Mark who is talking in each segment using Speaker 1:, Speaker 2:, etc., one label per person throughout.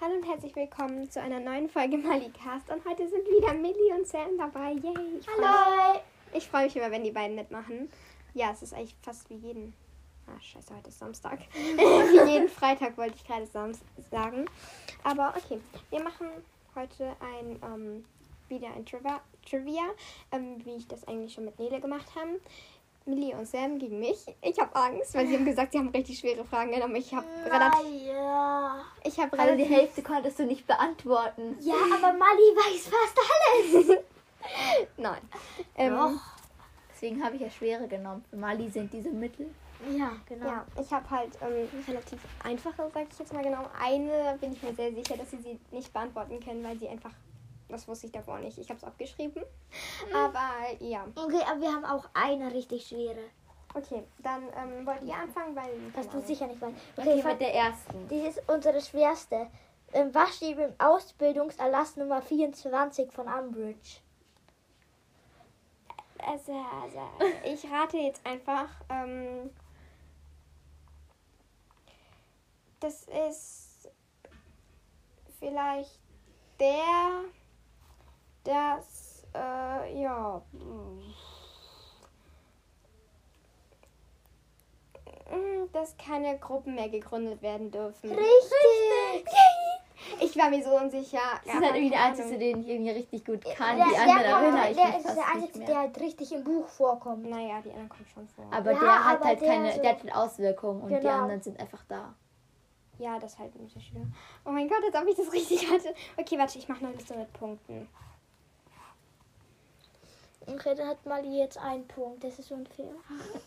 Speaker 1: Hallo und herzlich willkommen zu einer neuen Folge Malikast. Und heute sind wieder Millie und Sam dabei. Yay! Ich Hallo! ich freue mich immer, wenn die beiden mitmachen. Ja, es ist eigentlich fast wie jeden. Ah, scheiße, heute ist Samstag. wie jeden Freitag wollte ich gerade Sams sagen. Aber okay, wir machen heute ein, ähm, wieder ein Trivia, Trivia ähm, wie ich das eigentlich schon mit Nele gemacht habe. Millie und Sam gegen mich. Ich habe Angst, weil sie haben gesagt, sie haben richtig schwere Fragen, aber ich habe relativ.
Speaker 2: Naja.
Speaker 1: Ich habe
Speaker 3: Also die
Speaker 1: relativ
Speaker 3: Hälfte konntest du nicht beantworten.
Speaker 2: Ja, aber Mali weiß fast alles.
Speaker 1: Nein. Ähm,
Speaker 2: Doch.
Speaker 3: Deswegen habe ich ja schwere genommen. Für Mali sind diese Mittel.
Speaker 2: Ja, genau.
Speaker 1: Ja, ich habe halt ähm, relativ einfache, sag ich jetzt mal genau. Eine bin ich mir sehr sicher, dass sie sie nicht beantworten können, weil sie einfach, das wusste ich davor nicht. Ich habe es abgeschrieben.
Speaker 2: Mhm.
Speaker 1: Aber ja,
Speaker 2: Okay, aber wir haben auch eine richtig schwere.
Speaker 1: okay, dann ähm, wollt ihr anfangen, weil
Speaker 2: Was du sicher nicht weißt.
Speaker 3: Okay,
Speaker 2: Okay,
Speaker 3: mit
Speaker 2: okay
Speaker 3: der ersten.
Speaker 2: dies ist unsere schwerste. Ähm, Was steht im Ausbildungserlass Nummer 24 von Umbridge?
Speaker 1: Also, also, ich rate jetzt einfach. Ähm, das ist vielleicht der, das, äh, ja. hm. mm, Dass keine Gruppen mehr gegründet werden dürfen.
Speaker 2: Richtig!
Speaker 1: Ich war mir so unsicher.
Speaker 3: Das ist halt irgendwie der einzige, den ich irgendwie richtig gut kann.
Speaker 2: Der,
Speaker 3: die
Speaker 2: der,
Speaker 3: anderen
Speaker 2: kommt-
Speaker 3: erinnere ich
Speaker 2: der
Speaker 3: mich
Speaker 2: ist der
Speaker 3: fast nicht
Speaker 2: einzige, der
Speaker 3: mehr.
Speaker 2: halt richtig im Buch vorkommt.
Speaker 1: Naja, die anderen kommen schon vor.
Speaker 3: Aber
Speaker 2: Ja,
Speaker 3: der hat
Speaker 2: aber
Speaker 3: halt
Speaker 2: der
Speaker 3: keine,
Speaker 2: so-
Speaker 3: der hat keine Auswirkungen und die
Speaker 2: Genau.
Speaker 3: anderen sind einfach da.
Speaker 1: Ja, das halten wir schwer. Oh mein Gott, als ob ich das richtig hatte. Okay, warte, ich mache eine Liste mit Punkten.
Speaker 2: Okay, dann hat Mali jetzt einen Punkt. Das ist unfair.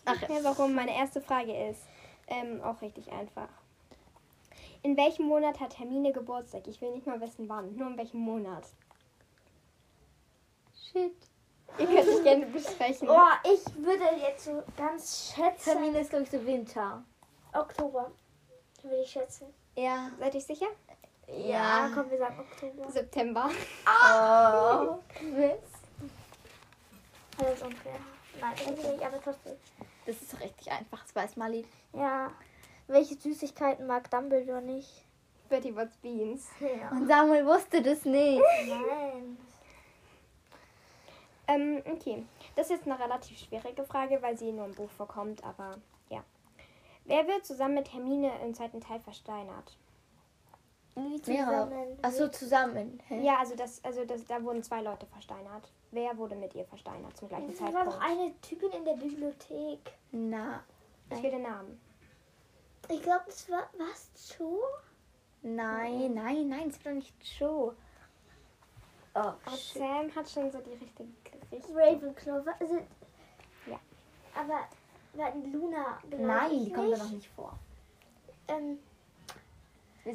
Speaker 1: Ach, ja, warum? Meine erste Frage ist ähm, auch richtig einfach. In welchem Monat hat Hermine Geburtstag? Ich will nicht mal wissen, wann. Nur in welchem Monat.
Speaker 3: Shit.
Speaker 1: Ihr könnt es gerne besprechen.
Speaker 2: Oh, ich würde jetzt so ganz schätzen.
Speaker 3: Termin ist, glaube ich, so Winter.
Speaker 2: Oktober. Würde ich schätzen.
Speaker 3: Ja.
Speaker 1: Seid ihr sicher?
Speaker 2: Ja, komm, wir sagen Oktober.
Speaker 1: September.
Speaker 2: Ah!
Speaker 3: Oh. Mist.
Speaker 2: Das ist unfair. Nein, irgendwie nicht, aber trotzdem.
Speaker 3: Das ist doch richtig einfach, das weiß Mali.
Speaker 2: Ja. Welche Süßigkeiten mag Dumbledore nicht?
Speaker 1: Betty Watts Beans.
Speaker 2: Ja. oh
Speaker 3: Und Samuel wusste das nicht.
Speaker 2: Nein.
Speaker 1: Ähm, okay. Das ist jetzt eine relativ schwierige Frage, weil sie nur im Buch vorkommt, aber ja. Wer wird zusammen mit Hermine im zweiten Teil versteinert?
Speaker 2: Wie
Speaker 3: Mehrere. Achso, zusammen. Hä?
Speaker 1: Ja, also das, also das, da wurden zwei Leute versteinert. Wer wurde mit ihr versteinert zum gleichen
Speaker 2: Es war
Speaker 1: Zeitpunkt?
Speaker 2: doch eine Typin in der Bibliothek.
Speaker 3: Na,
Speaker 1: Ich will den Namen.
Speaker 2: Ich glaube, das war was zu.
Speaker 3: nein, nein, nein, ist doch nicht Joe. Oh,
Speaker 1: Aber
Speaker 3: shit.
Speaker 1: Sam hat schon so die richtige Richtung.
Speaker 2: Ravenclaw. wa- Also,
Speaker 1: Ja.
Speaker 2: Aber war Luna, glaub
Speaker 3: Nein,
Speaker 2: ich
Speaker 3: die kommt da
Speaker 2: nicht.
Speaker 3: noch nicht vor.
Speaker 2: Ähm,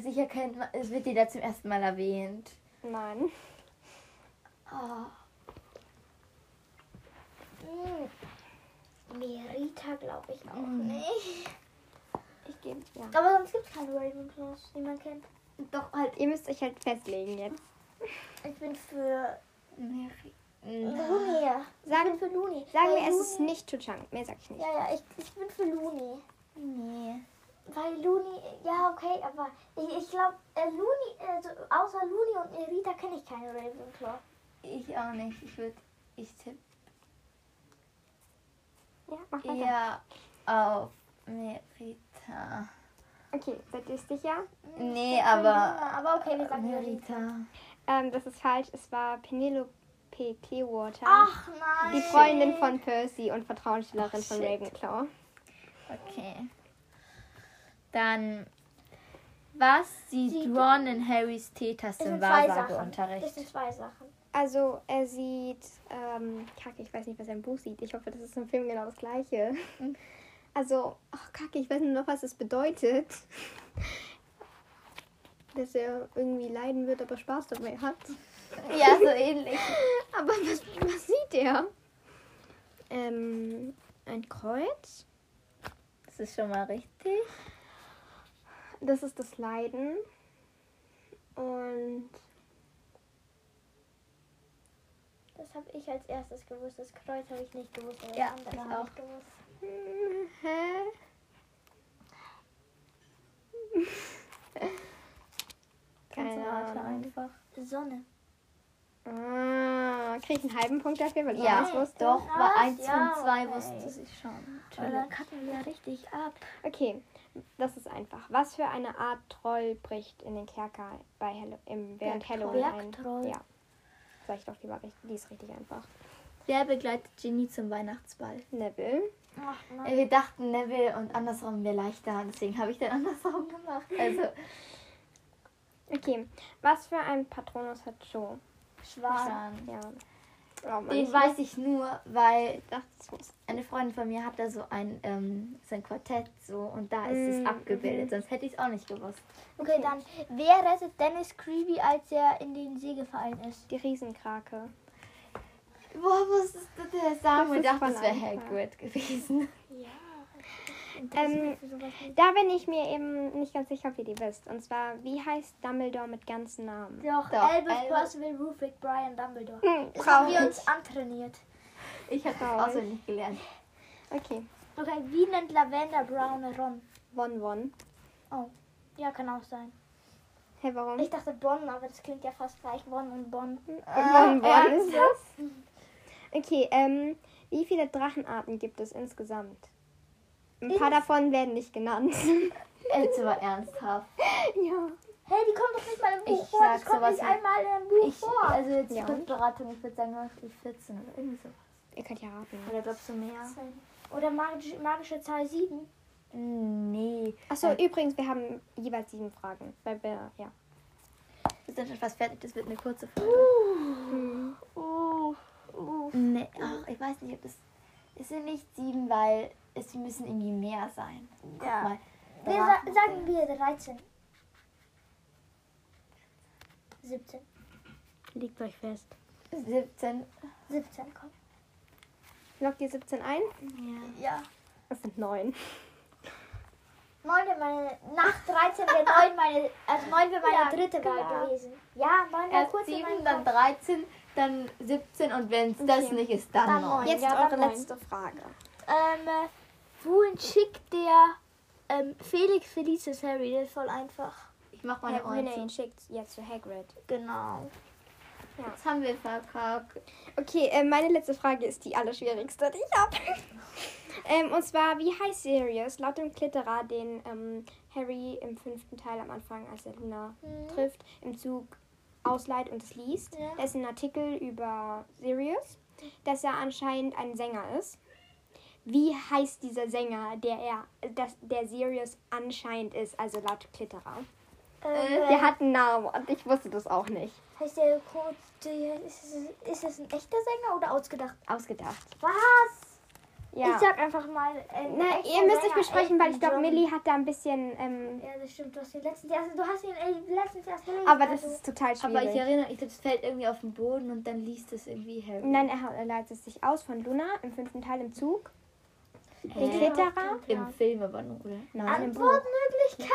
Speaker 3: Sicher kennt man, es wird die da zum ersten Mal erwähnt.
Speaker 1: Nein.
Speaker 3: Oh.
Speaker 2: mh, Hm. Merita glaube ich auch
Speaker 3: Mm.
Speaker 2: nicht.
Speaker 1: Ich gebe. Ja.
Speaker 2: Aber sonst gibt es keine Ravenclaws, die man kennt.
Speaker 3: Doch halt
Speaker 1: Ihr müsst euch halt festlegen jetzt.
Speaker 2: Ich bin für
Speaker 3: Mary. Ah.
Speaker 2: Luni. ich bin
Speaker 1: Sagen,
Speaker 2: für Luni.
Speaker 1: sagen
Speaker 2: Weil
Speaker 1: wir, es
Speaker 2: Luni-
Speaker 1: ist nicht Chuchang. Mehr sag ich nicht.
Speaker 2: Ja, ja, ich, ich bin für Luni.
Speaker 3: Nee.
Speaker 2: Weil Luni, ja, okay, aber ich, ich glaube, äh, Luni, also außer Luni und Merita kenne ich keine Ravenclaw.
Speaker 3: Ich auch nicht. Ich würde. Ich tippe
Speaker 1: Ja, mach weiter.
Speaker 3: eher auf Merita.
Speaker 1: Okay, seid ihr sicher?
Speaker 3: Nee,
Speaker 2: Ich bin für Luna,
Speaker 3: aber.
Speaker 2: aber okay, wir sagen Merita.
Speaker 3: Merita.
Speaker 1: Ähm, das ist falsch. Es war Penelope Clearwater.
Speaker 2: Ach nein.
Speaker 1: Die Freundin von Percy und Vertrauensschülerin
Speaker 3: Ach,
Speaker 1: von
Speaker 3: shit.
Speaker 1: Ravenclaw.
Speaker 3: Okay. Dann. Was sieht
Speaker 2: Sieht-
Speaker 3: Ron in Harrys Teetasse
Speaker 2: Es
Speaker 3: im
Speaker 2: sind zwei Sachen. Es sind
Speaker 3: Wahrsageunterricht?
Speaker 2: zwei Sachen.
Speaker 1: Also, er sieht, ähm, kacke, ich weiß nicht, was er im Buch sieht. Ich hoffe, das ist im Film genau das Gleiche. Also, ach, kacke, ich weiß nur noch, was das bedeutet. Dass er irgendwie leiden wird, aber Spaß dabei hat.
Speaker 3: Ja, so ähnlich.
Speaker 1: Aber was, was sieht er? Ähm, ein Kreuz.
Speaker 3: Das ist schon mal richtig.
Speaker 1: Das ist das Leiden. Und
Speaker 2: Das habe ich als erstes gewusst. Das Kreuz habe ich nicht gewusst. aber
Speaker 3: Ja,
Speaker 2: das andere
Speaker 3: ich
Speaker 2: habe
Speaker 3: auch.
Speaker 2: ich gewusst.
Speaker 1: Hm, Hä?
Speaker 2: Kannst du
Speaker 3: einfach.
Speaker 2: Sonne.
Speaker 1: Ah, krieg ich einen halben Punkt dafür, weil du
Speaker 3: Ja,
Speaker 1: alles wusste.
Speaker 3: doch,
Speaker 2: Was?
Speaker 3: bei 1
Speaker 2: Ja,
Speaker 3: von 2
Speaker 2: okay.
Speaker 3: wusste ich schon.
Speaker 2: Aber
Speaker 3: Natürlich.
Speaker 2: dann cutten wir richtig ab.
Speaker 1: Okay, das ist einfach. Was für eine Art Troll bricht in den Kerker bei Hallo im, während
Speaker 3: Bergtroll.
Speaker 1: Halloween ein?
Speaker 2: Bergtroll.
Speaker 1: Ja, sag ich doch lieber richtig. Die ist richtig einfach.
Speaker 3: Wer begleitet Ginny zum Weihnachtsball?
Speaker 1: Neville.
Speaker 2: Ach
Speaker 3: Äh, Wir dachten Neville und andersrum wäre leichter, deswegen habe ich dann andersrum gemacht. Also
Speaker 1: Okay, was für ein Patronus hat Joe?
Speaker 2: Schwan.
Speaker 1: Ja. Oh Mann,
Speaker 3: Mhm. Den
Speaker 1: ich
Speaker 3: weiß ich nur, weil
Speaker 1: dachte, das muss.
Speaker 3: eine Freundin von mir hat da so ein, ähm, so ein Quartett so und da ist
Speaker 1: Mhm.
Speaker 3: es abgebildet, sonst hätte ich es auch nicht gewusst.
Speaker 2: Okay, dann. Wer rettet Dennis Creepy, als er in den See gefallen ist?
Speaker 1: Die Riesenkrake.
Speaker 3: Boah, wusstest du der Samuel
Speaker 1: Das ist
Speaker 3: dachte,
Speaker 1: voll
Speaker 3: es wäre
Speaker 1: einfach.
Speaker 3: Hagrid gewesen.
Speaker 1: Ähm, da bin ich mir eben nicht ganz sicher, ob ihr die wisst. Und zwar, wie heißt Dumbledore mit ganzen Namen?
Speaker 2: Doch,
Speaker 3: Doch,
Speaker 2: Albus,
Speaker 3: Albus-
Speaker 2: Percival, Rufus, Brian, Dumbledore.
Speaker 1: Hm,
Speaker 2: Das haben wir
Speaker 1: traurig.
Speaker 2: uns antrainiert.
Speaker 3: Ich habe
Speaker 1: Traurig.
Speaker 3: das auch so nicht gelernt.
Speaker 1: Okay,
Speaker 2: Okay, wie nennt Lavender Brown Ron?
Speaker 1: Won Won.
Speaker 2: Oh, ja, kann auch sein.
Speaker 1: Hä, hey, warum?
Speaker 2: Ich dachte Bonn, aber das klingt ja fast gleich. Bonn und Bonn.
Speaker 1: Won
Speaker 3: Ah,
Speaker 1: Won Äh, ist das? Okay, ähm, wie viele Drachenarten gibt es insgesamt? Ein paar davon werden nicht genannt.
Speaker 3: Jetzt aber ernsthaft.
Speaker 1: ja.
Speaker 2: Hey, die kommt doch nicht mal im Buch
Speaker 3: Ich
Speaker 2: vor.
Speaker 3: sag
Speaker 2: Das kommt
Speaker 3: sowas
Speaker 2: nicht
Speaker 3: wie-
Speaker 2: einmal im Buch
Speaker 3: Ich,
Speaker 2: vor.
Speaker 3: also jetzt
Speaker 1: Ja.
Speaker 3: Schriftberatung, ich würde sagen, irgendwie 14 oder irgendwie so.
Speaker 1: Ihr könnt ja raten.
Speaker 3: Oder glaubst du mehr?
Speaker 2: Oder magische, magische Zahl 7.
Speaker 3: Nee.
Speaker 1: Achso, übrigens, wir haben jeweils sieben Fragen. Weil wir, ja.
Speaker 3: Wir sind schon fast fertig, das wird eine kurze Folge.
Speaker 1: Hm. Oh.
Speaker 2: Uh, uh.
Speaker 3: Nee, ach, ich weiß nicht, ob das. Es sind nicht sieben, weil es müssen irgendwie mehr sein. Guck
Speaker 2: Ja.
Speaker 3: mal.
Speaker 2: Wir
Speaker 3: da
Speaker 2: sa
Speaker 3: waren-
Speaker 2: sagen wir 13. 17.
Speaker 1: Liegt euch fest.
Speaker 3: 17.
Speaker 2: 17, komm.
Speaker 1: Lockt ihr 17 ein?
Speaker 2: Ja.
Speaker 1: Das sind neun.
Speaker 2: Neunte meine, nach 13 wäre 9 meine, also 9 wäre meine
Speaker 3: Ja,
Speaker 2: dritte
Speaker 3: klar.
Speaker 2: Wahl gewesen. Ja, 9 war
Speaker 3: Erst
Speaker 2: kurz in meinem
Speaker 3: sieben, dann
Speaker 2: Kopf.
Speaker 3: 13, dann 17 und wenn es das
Speaker 1: Okay.
Speaker 3: nicht ist, dann,
Speaker 2: Dann
Speaker 3: neun.
Speaker 2: neun.
Speaker 1: Jetzt
Speaker 2: Ja,
Speaker 1: eure
Speaker 2: dann neun.
Speaker 1: letzte Frage.
Speaker 2: Ähm, äh, wohin schickt der ähm, Felix Felices Harry? Das ist voll einfach.
Speaker 3: Ich mach mal
Speaker 1: Ja,
Speaker 3: eine
Speaker 1: wohin er ihn
Speaker 3: 19.
Speaker 1: schickt? Ja, zu Hagrid.
Speaker 2: Genau.
Speaker 3: Jetzt haben wir verkackt.
Speaker 1: Okay, äh, meine letzte Frage ist die allerschwierigste, die ich habe. ähm, und zwar, wie heißt Sirius laut dem Klitterer, den ähm, Harry im fünften Teil am Anfang, als er Luna trifft, im Zug ausleiht und es liest?
Speaker 2: Hm? Ja.
Speaker 1: Da ist ein Artikel über Sirius, dass er anscheinend ein Sänger ist. Wie heißt dieser Sänger, der er, dass der Sirius anscheinend ist, also laut Klitterer?
Speaker 2: Ähm,
Speaker 1: Der hat einen Namen und ich wusste das auch nicht.
Speaker 2: heißt der Code, ist es, ist es ein echter Sänger oder ausgedacht?
Speaker 1: Ausgedacht.
Speaker 2: Was?
Speaker 1: Ja.
Speaker 2: Ich sag einfach mal. äh, ein
Speaker 1: Na,
Speaker 2: echter
Speaker 1: ihr müsst euch
Speaker 2: Sänger,
Speaker 1: besprechen, weil ich
Speaker 2: Elton
Speaker 1: glaube,
Speaker 2: John.
Speaker 1: Millie hat da ein bisschen. Ähm,
Speaker 2: Ja, das stimmt. Du hast ihn letztens erst, du hast ihn ey, letztens erst gelesen.
Speaker 1: aber das
Speaker 2: also-
Speaker 1: ist total schwierig.
Speaker 3: Aber ich erinnere mich, das fällt irgendwie auf den Boden und dann liest es irgendwie Harry.
Speaker 1: Nein, er, hat- er leitet sich aus von Luna im fünften Teil im Zug. Den
Speaker 3: Äh,
Speaker 1: Klitterer?
Speaker 3: Im Film aber nur, oder?
Speaker 1: Nein, im Buch.
Speaker 2: Antwortmöglichkeiten.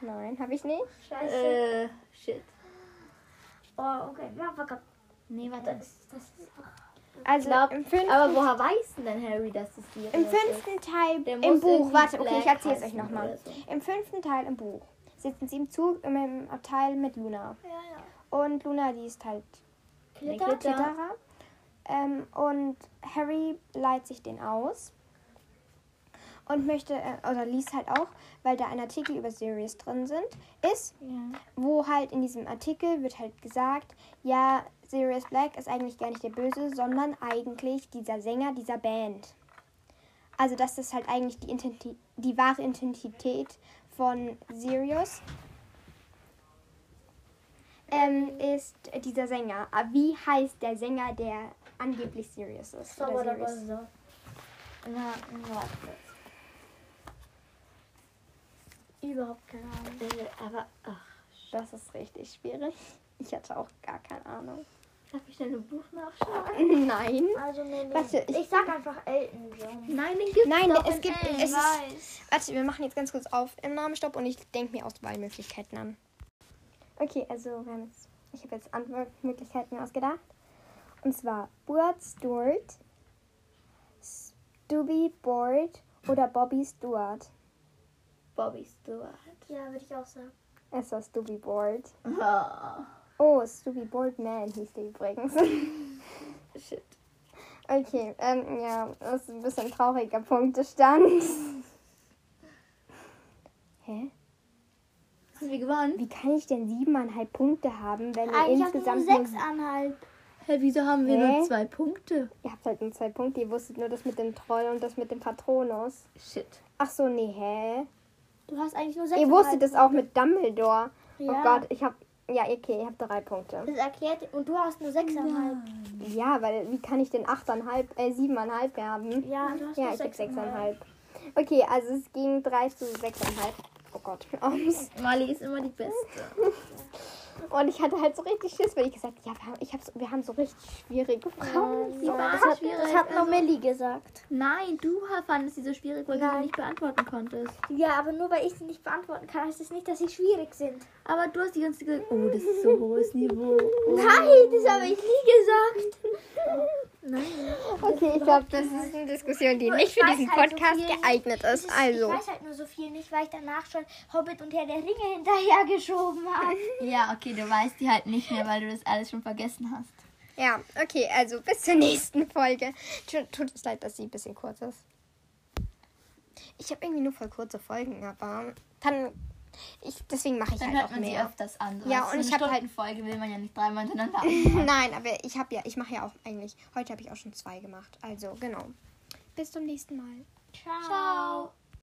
Speaker 1: Nein, habe ich nicht.
Speaker 2: Scheiße.
Speaker 3: Äh, shit.
Speaker 2: Oh, okay. Ja, verkackt.
Speaker 3: Nee, warte.
Speaker 2: Das, das ist
Speaker 1: Also
Speaker 3: Glaub,
Speaker 1: im fünften,
Speaker 3: aber woher weiß denn dann Harry, dass es hier
Speaker 1: im
Speaker 3: ist?
Speaker 1: fünften Teil
Speaker 3: Der
Speaker 1: im
Speaker 3: muss
Speaker 1: Buch.
Speaker 3: irgendwie
Speaker 1: Warte, okay, ich
Speaker 3: Black
Speaker 1: erzähle es euch
Speaker 3: heißen
Speaker 1: nochmal.
Speaker 3: oder so.
Speaker 1: Im fünften Teil im Buch sitzen sie im Zug im, im Abteil mit Luna.
Speaker 2: ja, ja.
Speaker 1: Und Luna liest halt
Speaker 3: Klitter?
Speaker 2: Klitter.
Speaker 1: Klitterer. Ähm, und Harry leiht sich den aus und möchte, äh, oder liest halt auch, weil da ein Artikel über Sirius drin sind, ist,
Speaker 3: Ja.
Speaker 1: wo halt in diesem Artikel wird halt gesagt, ja, Sirius Black ist eigentlich gar nicht der Böse, sondern eigentlich dieser Sänger dieser Band. Also dass das halt eigentlich die, Intenti die wahre Identität von Sirius ähm, ist dieser Sänger. Aber wie heißt der Sänger, der angeblich Sirius ist?
Speaker 2: So, oder
Speaker 1: Sirius?
Speaker 2: so.
Speaker 3: Na, warte.
Speaker 2: Überhaupt keine Ahnung.
Speaker 3: Äh, aber, ach,
Speaker 1: Das ist richtig schwierig. Ich hatte auch gar keine Ahnung.
Speaker 3: darf ich denn im Buch nachschauen?
Speaker 1: Nein.
Speaker 2: Also nee, nee.
Speaker 1: Warte, ich-
Speaker 2: ich, sag einfach Elton John.
Speaker 3: Nein, den gibt's
Speaker 1: Nein,
Speaker 3: doch
Speaker 1: es
Speaker 3: in
Speaker 1: gibt-
Speaker 3: Elf.
Speaker 1: es ist-
Speaker 3: weiß.
Speaker 1: Warte, wir machen jetzt ganz kurz auf im Namenstopp und ich denke mir Auswahlmöglichkeiten an. Okay, also wir haben jetzt, ich habe jetzt Antwortmöglichkeiten mir ausgedacht. Und zwar Stuart Stewart, Stubby Board oder Bobby Stewart.
Speaker 3: Bobby Stewart.
Speaker 2: Ja, würde ich auch sagen.
Speaker 1: Es war Stubby Board.
Speaker 3: Oh.
Speaker 1: Oh, Stubby Boldman hieß die übrigens. Shit. Okay, ähm, ja, das ist ein bisschen trauriger Punktestand. Hä?
Speaker 3: Haben wir gewonnen?
Speaker 1: Wie kann ich denn siebeneinhalb Punkte haben, wenn ihr
Speaker 2: Eigentlich habe
Speaker 1: insgesamt
Speaker 2: Ah, ich nur 6,5.
Speaker 3: Hä, wieso haben wir
Speaker 1: Hä?
Speaker 3: nur zwei Punkte?
Speaker 1: Ihr habt halt nur zwei Punkte, ihr wusstet nur das mit dem Troll und das mit dem Patronus.
Speaker 3: Shit.
Speaker 1: Ach so, nee, hä?
Speaker 2: Du hast eigentlich nur 6,5.
Speaker 1: Ihr wusstet es auch mit Dumbledore.
Speaker 2: Ja.
Speaker 1: Oh Gott, ich hab. Ja, okay, ich hab drei Punkte.
Speaker 2: Das erklärt, und du hast nur 6,5.
Speaker 1: Ja, weil wie kann ich denn 8,5, äh, 7,5 haben?
Speaker 2: Ja, du hast
Speaker 1: Ja,
Speaker 2: nur
Speaker 1: ich hab
Speaker 2: 6,5.
Speaker 1: 6,5. Okay, also es ging 3 zu 6,5. Oh Gott.
Speaker 3: Molly ist immer die Beste.
Speaker 1: Und ich hatte halt so richtig Schiss, weil ich gesagt habe, ja, wir haben, ich hab so, wir haben so richtig schwierige Fragen.
Speaker 3: Sie war
Speaker 2: Das hat,
Speaker 3: schwierig.
Speaker 2: das hat nur
Speaker 3: also,
Speaker 2: Millie gesagt.
Speaker 3: nein, du fandest sie so schwierig, weil du
Speaker 2: Nein.
Speaker 3: sie nicht beantworten konntest.
Speaker 2: Ja, aber nur weil ich sie nicht beantworten kann, heißt es das nicht, dass sie schwierig sind.
Speaker 3: Aber du hast die ganze Zeit gesagt, oh, das ist so hohes Niveau. Oh.
Speaker 2: Nein, das habe ich nie gesagt.
Speaker 3: Nein.
Speaker 1: Okay, ich glaube, das ist eine Diskussion, die
Speaker 2: Nur
Speaker 1: nicht
Speaker 2: ich
Speaker 1: für
Speaker 2: weiß
Speaker 1: diesen
Speaker 2: halt so
Speaker 1: Podcast
Speaker 2: viel nicht.
Speaker 1: geeignet
Speaker 2: Das
Speaker 1: ist.
Speaker 2: ist-
Speaker 1: Also.
Speaker 2: Ich weiß halt nur so viel nicht, weil ich danach schon Hobbit und Herr der Ringe hinterhergeschoben habe.
Speaker 3: Ja, okay, du weißt die halt nicht mehr, weil du das alles schon vergessen hast.
Speaker 1: Ja, okay, also bis zur nächsten Folge. Tu- Tut uns leid, dass sie ein bisschen kurz ist. Ich habe irgendwie nur voll kurze Folgen, aber dann. Ich, deswegen mache ich
Speaker 3: Dann
Speaker 1: halt
Speaker 3: hört
Speaker 1: auch
Speaker 3: man sie
Speaker 1: mehr.
Speaker 3: öfters an. So
Speaker 1: Ja,
Speaker 3: weißt du,
Speaker 1: und
Speaker 3: so
Speaker 1: ich
Speaker 3: eine
Speaker 1: hab halt-
Speaker 3: Folge will man ja nicht dreimal hintereinander
Speaker 1: Nein, aber ich habe ja, ich mache ja auch eigentlich. Heute habe ich auch schon zwei gemacht. Also genau. Bis zum nächsten Mal.
Speaker 2: Ciao.